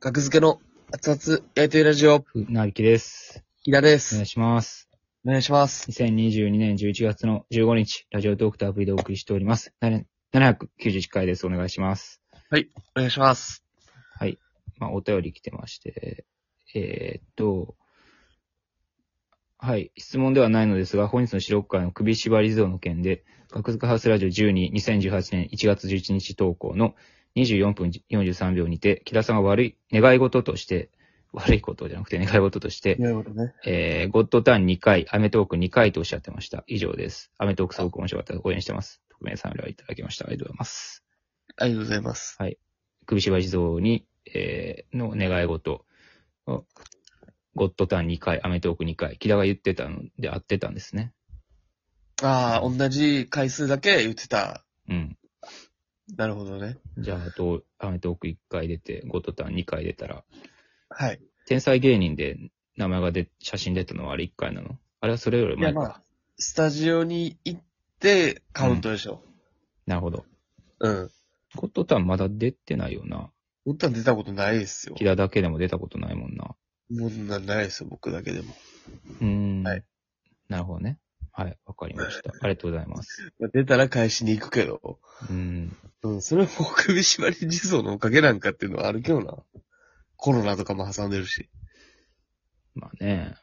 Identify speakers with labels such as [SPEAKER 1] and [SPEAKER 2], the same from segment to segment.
[SPEAKER 1] 学付けの熱々焼いてるラジオ、
[SPEAKER 2] ふなびきです。
[SPEAKER 1] 木田で
[SPEAKER 2] お願
[SPEAKER 1] す
[SPEAKER 2] い。します。
[SPEAKER 1] お願いします。
[SPEAKER 2] 2022年11月の15日、ラジオトークとアプリでお送りしております。なれ791回です。お願いします。
[SPEAKER 1] お願いします。
[SPEAKER 2] はい。まあ、お便り来てまして、えー、っと、はい。質問ではないのですが、本日の資料会の首縛り像の件で、学塚ハウスラジオ12、2018年1月11日投稿の24分43秒にて、木田さんは悪い、願い事として、悪いことじゃなくて願い事として、
[SPEAKER 1] なるほどね。
[SPEAKER 2] えー、ゴッドタン2回、アメトーク2回とおっしゃってました。以上です。アメトークすごく面白かったので応援してます。特命さんよりいただきました。ありがとうございます。
[SPEAKER 1] ありがとうございます。
[SPEAKER 2] 首芝地蔵に、えー、の願い事を、ゴッドタン2回、アメトーク2回、木田が言ってたので合ってたんですね。
[SPEAKER 1] ああ、同じ回数だけ言ってた。
[SPEAKER 2] うん。
[SPEAKER 1] なるほどね。
[SPEAKER 2] じゃあ、あと、アメトーク1回出て、ゴッドタン2回出たら、
[SPEAKER 1] はい。
[SPEAKER 2] 天才芸人で名前が出、写真出たのはあれ1回なのあれはそれより
[SPEAKER 1] いや、
[SPEAKER 2] 前か。
[SPEAKER 1] まあ、スタジオに行ってカウントでしょ。
[SPEAKER 2] なるほど。
[SPEAKER 1] うん。
[SPEAKER 2] ゴッドタンまだ出てないよな。
[SPEAKER 1] うん、歌出たことないですよ
[SPEAKER 2] 木。田だけでも出たことないもんな。
[SPEAKER 1] もうなないですよ、僕だけでも。
[SPEAKER 2] うーん。
[SPEAKER 1] はい
[SPEAKER 2] なるほどね。はい、わかりました。ありがとうございます。
[SPEAKER 1] まあ出たら返しに行くけど。
[SPEAKER 2] うーん。
[SPEAKER 1] うん、それも首縛り地蔵のおかげなんかっていうのはあるけどな。コロナとかも挟んでるし。
[SPEAKER 2] まあね、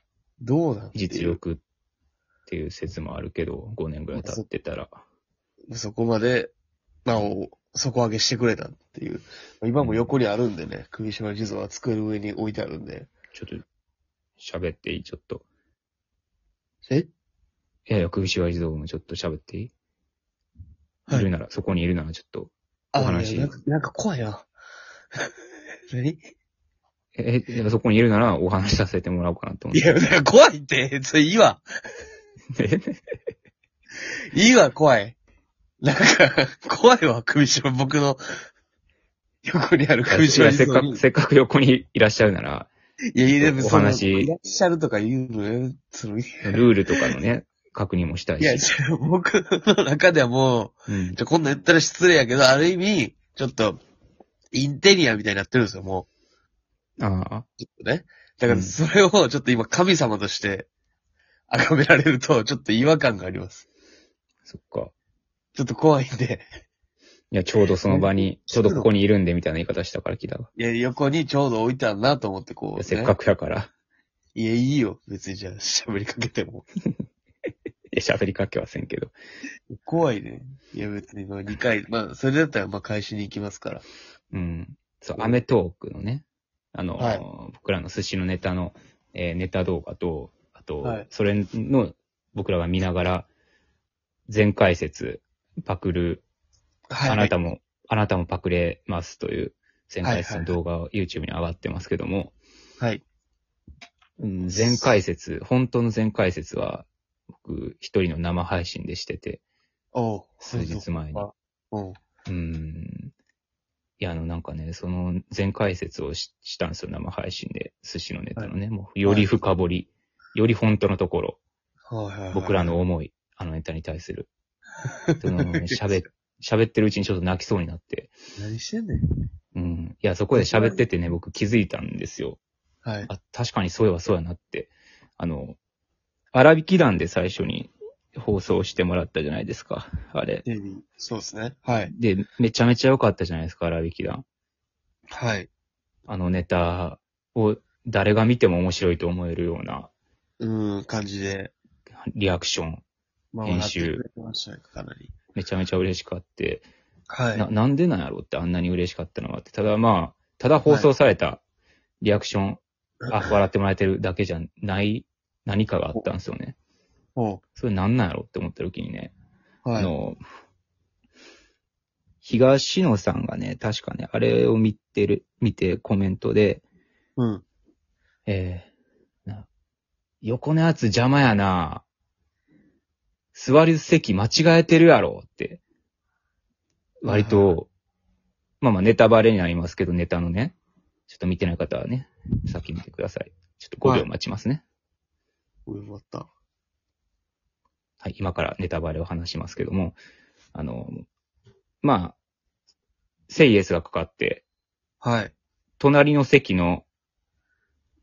[SPEAKER 1] どうなんていう
[SPEAKER 2] 実力っていう説もあるけど、5年ぐらい経ってたら。
[SPEAKER 1] そこまで、なお、底上げしてくれたっていう。今も横にあるんでね、首島地蔵は机の上に置いてあるんで。
[SPEAKER 2] ちょっと、喋っていいちょっと。
[SPEAKER 1] え
[SPEAKER 2] いやいや、首縛り像もちょっと喋っていい、
[SPEAKER 1] はい
[SPEAKER 2] い、るなら、そこにいるならちょっと。
[SPEAKER 1] あ、
[SPEAKER 2] お話
[SPEAKER 1] いやなんか、なんか怖いな。 何
[SPEAKER 2] え、えそこにいるならお話しさせてもらおうかなと思
[SPEAKER 1] い
[SPEAKER 2] って。
[SPEAKER 1] や、なんか怖いって、それいいわ。 いいわ、怖い。なんか、怖いわ、首島、僕の、横にある首
[SPEAKER 2] い
[SPEAKER 1] 島
[SPEAKER 2] や
[SPEAKER 1] 地
[SPEAKER 2] せっ
[SPEAKER 1] 蔵
[SPEAKER 2] か
[SPEAKER 1] に
[SPEAKER 2] く、。せっかく横にいらっしゃるなら、
[SPEAKER 1] いや、いや、でもその
[SPEAKER 2] お話
[SPEAKER 1] いらっしゃるとか言うのよ、その、い
[SPEAKER 2] ルールとかのね、確認もしたいし。
[SPEAKER 1] や、じゃあ僕の中ではもう、
[SPEAKER 2] うん
[SPEAKER 1] じ。ゃ、こんなん言ったら失礼やけど、ある意味、ちょっと、インテリアみたいになってるんですよ、も
[SPEAKER 2] ああ、
[SPEAKER 1] う。ちょっとね。だから、
[SPEAKER 2] うん
[SPEAKER 1] それをちょっと今、神様として、崇められると、ちょっと違和感があります。
[SPEAKER 2] そっか。
[SPEAKER 1] ちょっと怖いんで、
[SPEAKER 2] いや、ちょうどその場に、ちょうどここにいるんで、みたいな言い方したから、木田が。
[SPEAKER 1] いや、横にちょうど置いてあるなと思って、こう、ね。
[SPEAKER 2] せっかくやから。
[SPEAKER 1] いや、いいよ。別にじゃあ、喋りかけても。
[SPEAKER 2] いや、喋りかけはせんけど。
[SPEAKER 1] 怖いね。いや、別に、まあ、2回、まあ、それだったら、まあ、返しに行きますから。
[SPEAKER 2] うん。そう、アメトークのね、あの、
[SPEAKER 1] はい
[SPEAKER 2] 僕らの寿司のネタの、えーネタ動画と、あと、
[SPEAKER 1] はい
[SPEAKER 2] それの、僕らが見ながら、全解説、パクる、
[SPEAKER 1] はい。
[SPEAKER 2] あなたも、あなたもパクれますという、全解説の動画を YouTube に上がってますけども、
[SPEAKER 1] はい。
[SPEAKER 2] うん、全解説、本当の全解説は、僕、一人の生配信でしてて、
[SPEAKER 1] おう。
[SPEAKER 2] 数日前に。
[SPEAKER 1] うん。
[SPEAKER 2] うん。いや、あの、なんかね、その全解説をししたんですよ、生配信で。寿司のネタのね、もう、より深掘り、より本当のところ、
[SPEAKER 1] はいはいはい。
[SPEAKER 2] 僕らの思い、あのネタに対する。その 喋っ、喋ってるうちにちょっと泣きそうになって。
[SPEAKER 1] 何してんねん。
[SPEAKER 2] うん。いや、そこで喋っててね、僕気づいたんですよ。
[SPEAKER 1] はい。
[SPEAKER 2] あ、確かにそういえばそうやなって。あの、荒引き団で最初に放送してもらったじゃないですか、あれ。
[SPEAKER 1] テレビそうですね。はい。
[SPEAKER 2] で、めちゃめちゃ良かったじゃないですか、荒引き団。
[SPEAKER 1] はい。
[SPEAKER 2] あのネタを誰が見ても面白いと思えるような
[SPEAKER 1] うん、感じで、
[SPEAKER 2] リアクション。
[SPEAKER 1] まあ、
[SPEAKER 2] 編
[SPEAKER 1] 笑って
[SPEAKER 2] 集
[SPEAKER 1] くれてましたね、かなり。
[SPEAKER 2] めちゃめちゃ嬉しかって、
[SPEAKER 1] はい。
[SPEAKER 2] な、なんでなんやろうってあんなに嬉しかったのはって、ただまあ、ただ放送されたリアクション、あ、笑ってもらえてるだけじゃない何かがあったんですよね。
[SPEAKER 1] お
[SPEAKER 2] それなんなんやろうって思った時にね、
[SPEAKER 1] は
[SPEAKER 2] あ
[SPEAKER 1] い。
[SPEAKER 2] の、東野さんがね、確かね、あれを見てる、見てコメントで、
[SPEAKER 1] うん。
[SPEAKER 2] えーな横のやつ邪魔やな。座る席間違えてるやろって。割
[SPEAKER 1] はいはい
[SPEAKER 2] と、まあまあネタバレになりますけど、ネタのね。ちょっと見てない方はね、先見てください。ちょっと5
[SPEAKER 1] はい
[SPEAKER 2] 秒待ちますね。
[SPEAKER 1] 上終わった。
[SPEAKER 2] はい、今からネタバレを話しますけども、あの、まあ、セイエスがかかって、
[SPEAKER 1] はい。
[SPEAKER 2] 隣の席の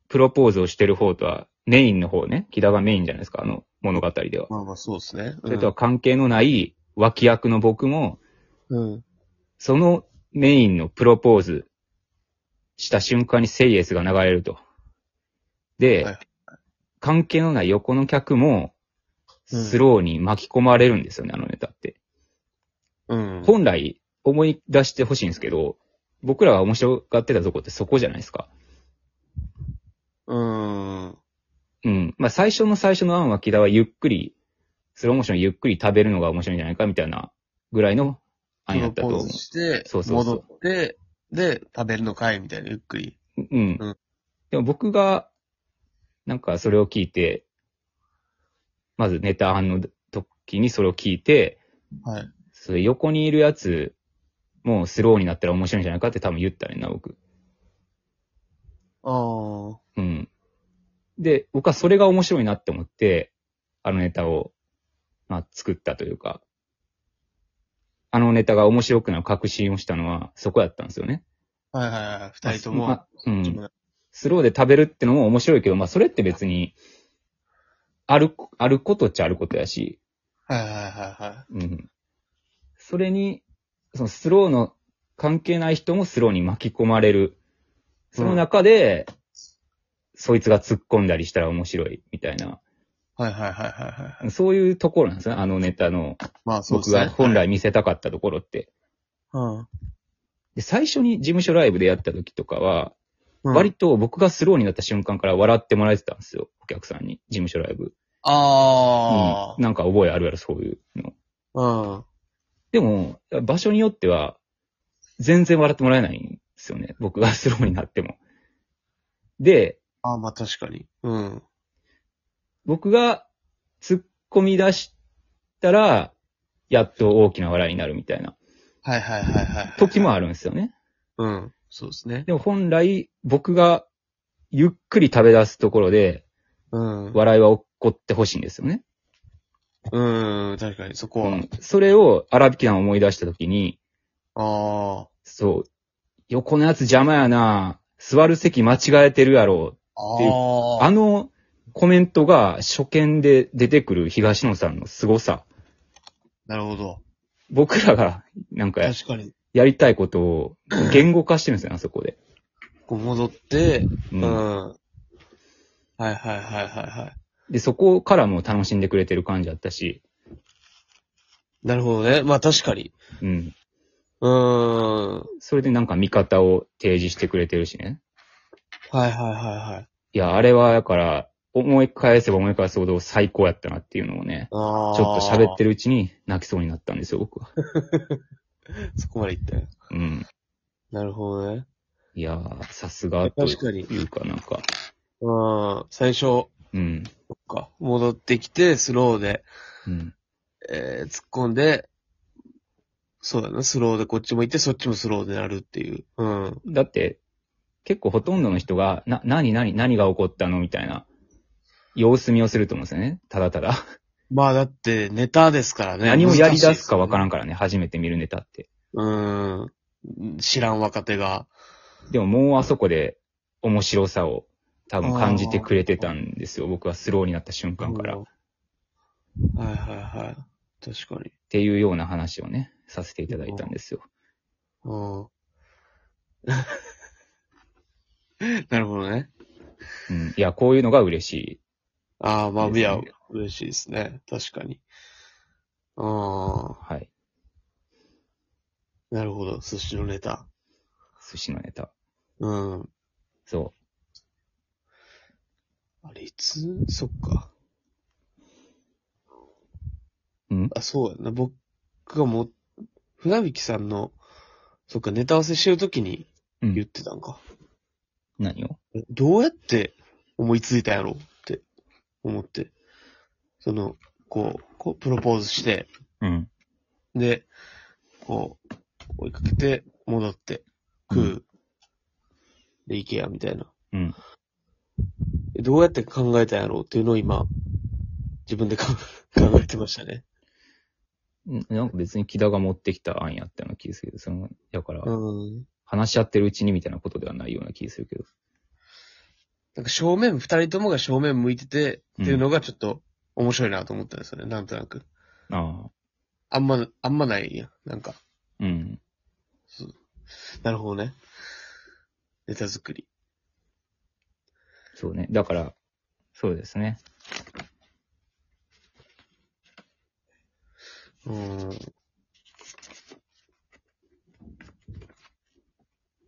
[SPEAKER 2] プロポーズをしてる方とは、メインの方ね、木田がメインじゃないですか、あの物語では。
[SPEAKER 1] まあまあ、そうですね。
[SPEAKER 2] それとは関係のない脇役の僕も、
[SPEAKER 1] うん。うん。
[SPEAKER 2] そのメインのプロポーズした瞬間にセイエスが流れると。で、
[SPEAKER 1] はい
[SPEAKER 2] 関係のない横の客も、
[SPEAKER 1] うん
[SPEAKER 2] スローに巻き込まれるんですよね、あのネタって。
[SPEAKER 1] うん。
[SPEAKER 2] 本来、思い出してほしいんですけど、僕らが面白がってたとこってそこじゃないですか。
[SPEAKER 1] うん。
[SPEAKER 2] うん。まあ、最初の最初の案は木田はゆっくり、スローモーションゆっくり食べるのが面白いんじゃないかみたいなぐらいの案
[SPEAKER 1] プ
[SPEAKER 2] や
[SPEAKER 1] ロ
[SPEAKER 2] った
[SPEAKER 1] ポ
[SPEAKER 2] と
[SPEAKER 1] ー
[SPEAKER 2] 思
[SPEAKER 1] ズして、
[SPEAKER 2] そうそうそう
[SPEAKER 1] 戻って、で、食べるのかいみたいな、ゆっくり。
[SPEAKER 2] う。うん
[SPEAKER 1] うん。
[SPEAKER 2] でも僕が、なんかそれを聞いて、まずネタ案の時にそれを聞いて、
[SPEAKER 1] はい。
[SPEAKER 2] それ横にいるやつ、もうスローになったら面白いんじゃないかって多分言ったねんな、僕。
[SPEAKER 1] ああ。
[SPEAKER 2] うん。で、僕はそれが面白いなって思って、あのネタを、まあ、作ったというか、あのネタが面白くなる確信をしたのは、そこやったんですよね。
[SPEAKER 1] はいはいはい。二人と
[SPEAKER 2] ま
[SPEAKER 1] も
[SPEAKER 2] あ。う
[SPEAKER 1] 自
[SPEAKER 2] ん。
[SPEAKER 1] 分
[SPEAKER 2] スローで食べるってのも面白いけど、まあ、それって別に、ある、あることっちゃあることやし、
[SPEAKER 1] はいはいはいはい。
[SPEAKER 2] うん。それに、そのスローの関係ない人もスローに巻き込まれる。その中で、そいつが突っ込んだりしたら面白いみたいな。
[SPEAKER 1] はいはいはいはいはい。
[SPEAKER 2] そういうところなんですね、あのネタの。
[SPEAKER 1] まあそうで
[SPEAKER 2] 僕
[SPEAKER 1] すね。
[SPEAKER 2] が本来見せたかったところって。
[SPEAKER 1] はい。
[SPEAKER 2] で最初に事務所ライブでやった時とかは、
[SPEAKER 1] うん。
[SPEAKER 2] 割と僕がスローになった瞬間から笑ってもらえてたんですよ、お客さんに。事務所ライブ。
[SPEAKER 1] あ
[SPEAKER 2] うんなんか覚えあるやろ、そういうの。
[SPEAKER 1] あ。うん。
[SPEAKER 2] でも、場所によっては、全然笑ってもらえないんですよね。僕がスローになっても。で、
[SPEAKER 1] ああ、まあ確かに。うん。
[SPEAKER 2] 僕が突っ込み出したら、やっと大きな笑いになるみたいな
[SPEAKER 1] はいはいはいはい。
[SPEAKER 2] 時もあるんですよね。
[SPEAKER 1] うん。そうですね。
[SPEAKER 2] でも本来、僕がゆっくり食べ出すところで、
[SPEAKER 1] うん。
[SPEAKER 2] 笑いは起こってほしいんですよね。
[SPEAKER 1] うん、確かに、そこは。
[SPEAKER 2] うんそれを荒引き団を思い出したときに、
[SPEAKER 1] あ
[SPEAKER 2] そう、横のやつ邪魔やな、座る席間違えてるやろ、
[SPEAKER 1] あ。
[SPEAKER 2] っていう
[SPEAKER 1] あ
[SPEAKER 2] あ
[SPEAKER 1] あ。
[SPEAKER 2] のコメントが初見で出てくる東野さんの凄さ。
[SPEAKER 1] なるほど。
[SPEAKER 2] 僕らが、なんか、
[SPEAKER 1] 確かに。
[SPEAKER 2] やりたいことを言語化してるんですよね、あそ こで。
[SPEAKER 1] こう戻って、
[SPEAKER 2] う
[SPEAKER 1] うん。
[SPEAKER 2] ん
[SPEAKER 1] はいはいはいはいは
[SPEAKER 2] で、そこからも楽しんでくれてる感じだったし、
[SPEAKER 1] い。なるほどね。まあ確かに。
[SPEAKER 2] うん。
[SPEAKER 1] うーん。はい
[SPEAKER 2] それでなんか見方を提示してくれてるしね。
[SPEAKER 1] はいはいはい。
[SPEAKER 2] いや、あれは、だから、思い返せば思い返すほど最高やったなっていうのをね、
[SPEAKER 1] ああ。
[SPEAKER 2] ちょっと喋ってるうちに泣きそうになったんですよ、僕は。
[SPEAKER 1] そこまで行ったよ。
[SPEAKER 2] うん。
[SPEAKER 1] なるほどね。
[SPEAKER 2] いやー、さすがと
[SPEAKER 1] 確かに。
[SPEAKER 2] いうかなんか、
[SPEAKER 1] うん。最初、
[SPEAKER 2] うん。
[SPEAKER 1] そっか。戻ってきて、スローで、
[SPEAKER 2] うん。
[SPEAKER 1] えー、突っ込んで、そうだな、スローでこっちも行って、そっちもスローでなるっていう。うん。
[SPEAKER 2] だって、結構ほとんどの人が、な、何、何、何が起こったのみたいな、様子見をすると思うんですよね。ただただ。
[SPEAKER 1] まあだって、ネタですからね。
[SPEAKER 2] 何をやり出すかわから
[SPEAKER 1] ん。
[SPEAKER 2] んからね、初めて見るネタって。
[SPEAKER 1] うん。知らん若手が。
[SPEAKER 2] でももうあそこで面白さを多分感じてくれてたんですよ。僕はスローになった瞬間から。
[SPEAKER 1] う
[SPEAKER 2] っ
[SPEAKER 1] んはいはいはい。確かに。
[SPEAKER 2] ていうような話をね、させていただいたんですよ。
[SPEAKER 1] うん。 なるほどね。
[SPEAKER 2] うん。いや、こういうのが嬉しい。
[SPEAKER 1] ああ、まあ、
[SPEAKER 2] です
[SPEAKER 1] い
[SPEAKER 2] ね
[SPEAKER 1] や、嬉しいですね。確かに。ああ、
[SPEAKER 2] はい。
[SPEAKER 1] なるほど。寿司のネタ。
[SPEAKER 2] 寿司のネタ。
[SPEAKER 1] うん。
[SPEAKER 2] そ
[SPEAKER 1] あれ、いつそっか。
[SPEAKER 2] うん
[SPEAKER 1] あ、そうやな。僕がもう、船引さんの、そっか、ネタ合わせしてるときに
[SPEAKER 2] う。う
[SPEAKER 1] 言っ
[SPEAKER 2] ん。
[SPEAKER 1] てたんか。
[SPEAKER 2] 何を
[SPEAKER 1] えどうやって思いついたんやろうって思って。その、こう、こう、プロポーズして、
[SPEAKER 2] うん。
[SPEAKER 1] で、こう、追いかけて、戻って、食う。で、行けや、みたいな。
[SPEAKER 2] うん。
[SPEAKER 1] えどうやって考えたんやろうっていうのを今、自分で考え 考えてましたね。
[SPEAKER 2] んなんか別に木田が持ってきた案やったような気がするけど、その、だから、
[SPEAKER 1] うん。
[SPEAKER 2] 話し合ってるうちにみたいなことではないような気するけど。
[SPEAKER 1] なんか正面、二人ともが正面向いてて、っていうのがちょっと面白いなと思ったんですよね、なんとなく。
[SPEAKER 2] ああ。
[SPEAKER 1] あんま、あんまないやん。なんか、
[SPEAKER 2] うん。
[SPEAKER 1] なるほどね。ネタ作り。
[SPEAKER 2] そうね。だから、そうですね。
[SPEAKER 1] うーん。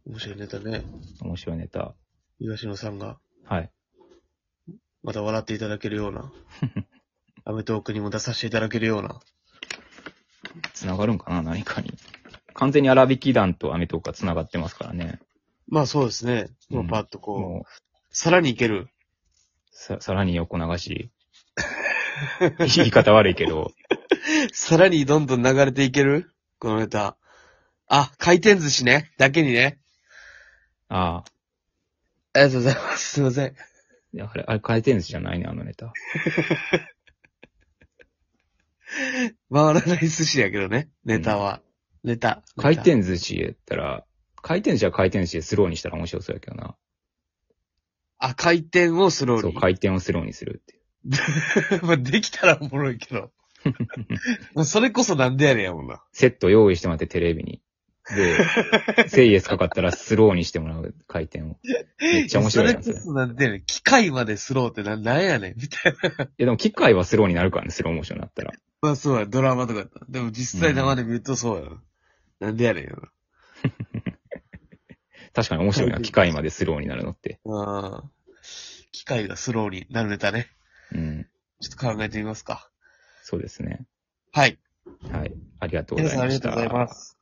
[SPEAKER 1] 面白いネタね。
[SPEAKER 2] 面白いネタ。
[SPEAKER 1] 東野さんが、
[SPEAKER 2] はい。
[SPEAKER 1] また笑っていただけるよう な。アメトークにも出させていただけるような。
[SPEAKER 2] 繋がるんかな何かに。完全に荒引き団とアメトークが繋がってますからね。
[SPEAKER 1] まあそうですね。も
[SPEAKER 2] う
[SPEAKER 1] うんパッとこう、
[SPEAKER 2] もう、
[SPEAKER 1] さらにいける。
[SPEAKER 2] さ、さらに横流し。言い方悪いけど。
[SPEAKER 1] さらにどんどん流れていけるこのネタ。あ、回転寿司ね。だけにね。
[SPEAKER 2] ああ。
[SPEAKER 1] ありがとうございます。すいません。
[SPEAKER 2] いやあれ、あれ回転寿司じゃないね、あのネタ。
[SPEAKER 1] 回らない寿司やけどね。ネタは。ネタ。
[SPEAKER 2] 回転寿司やったら、回転寿司は回転寿司でスローにしたら面白そうやけどな。
[SPEAKER 1] あ、回転をスロー
[SPEAKER 2] そ
[SPEAKER 1] に
[SPEAKER 2] う、。回転をスローにするってい う。
[SPEAKER 1] まあできたらおもろいけ ど。まあそれこそなんでやねんやもんな。
[SPEAKER 2] セット用意してもらってテレビに。 で、セイエスかかったらスローにしてもらう回転を。めっちゃ面白いやん、そ
[SPEAKER 1] それ
[SPEAKER 2] れ。い
[SPEAKER 1] こそなんでやねん。機械までスローってな、なんやねん。みたいな。
[SPEAKER 2] やでも機械はスローになるからね、スローモーションになったら。
[SPEAKER 1] まあそうや、ドラマとかやったらでも実際生で見るとそうやな。なんでやねんよ
[SPEAKER 2] 確かに面白いな、機械までスローになるのって。
[SPEAKER 1] な。うん。機械がスローになるネタね。
[SPEAKER 2] うん。
[SPEAKER 1] ちょっと考えてみますか。
[SPEAKER 2] そうですね。
[SPEAKER 1] はい。
[SPEAKER 2] はい。ありがとうご
[SPEAKER 1] 皆さんあ
[SPEAKER 2] ざいま
[SPEAKER 1] り
[SPEAKER 2] し
[SPEAKER 1] がとう
[SPEAKER 2] た。
[SPEAKER 1] ございます。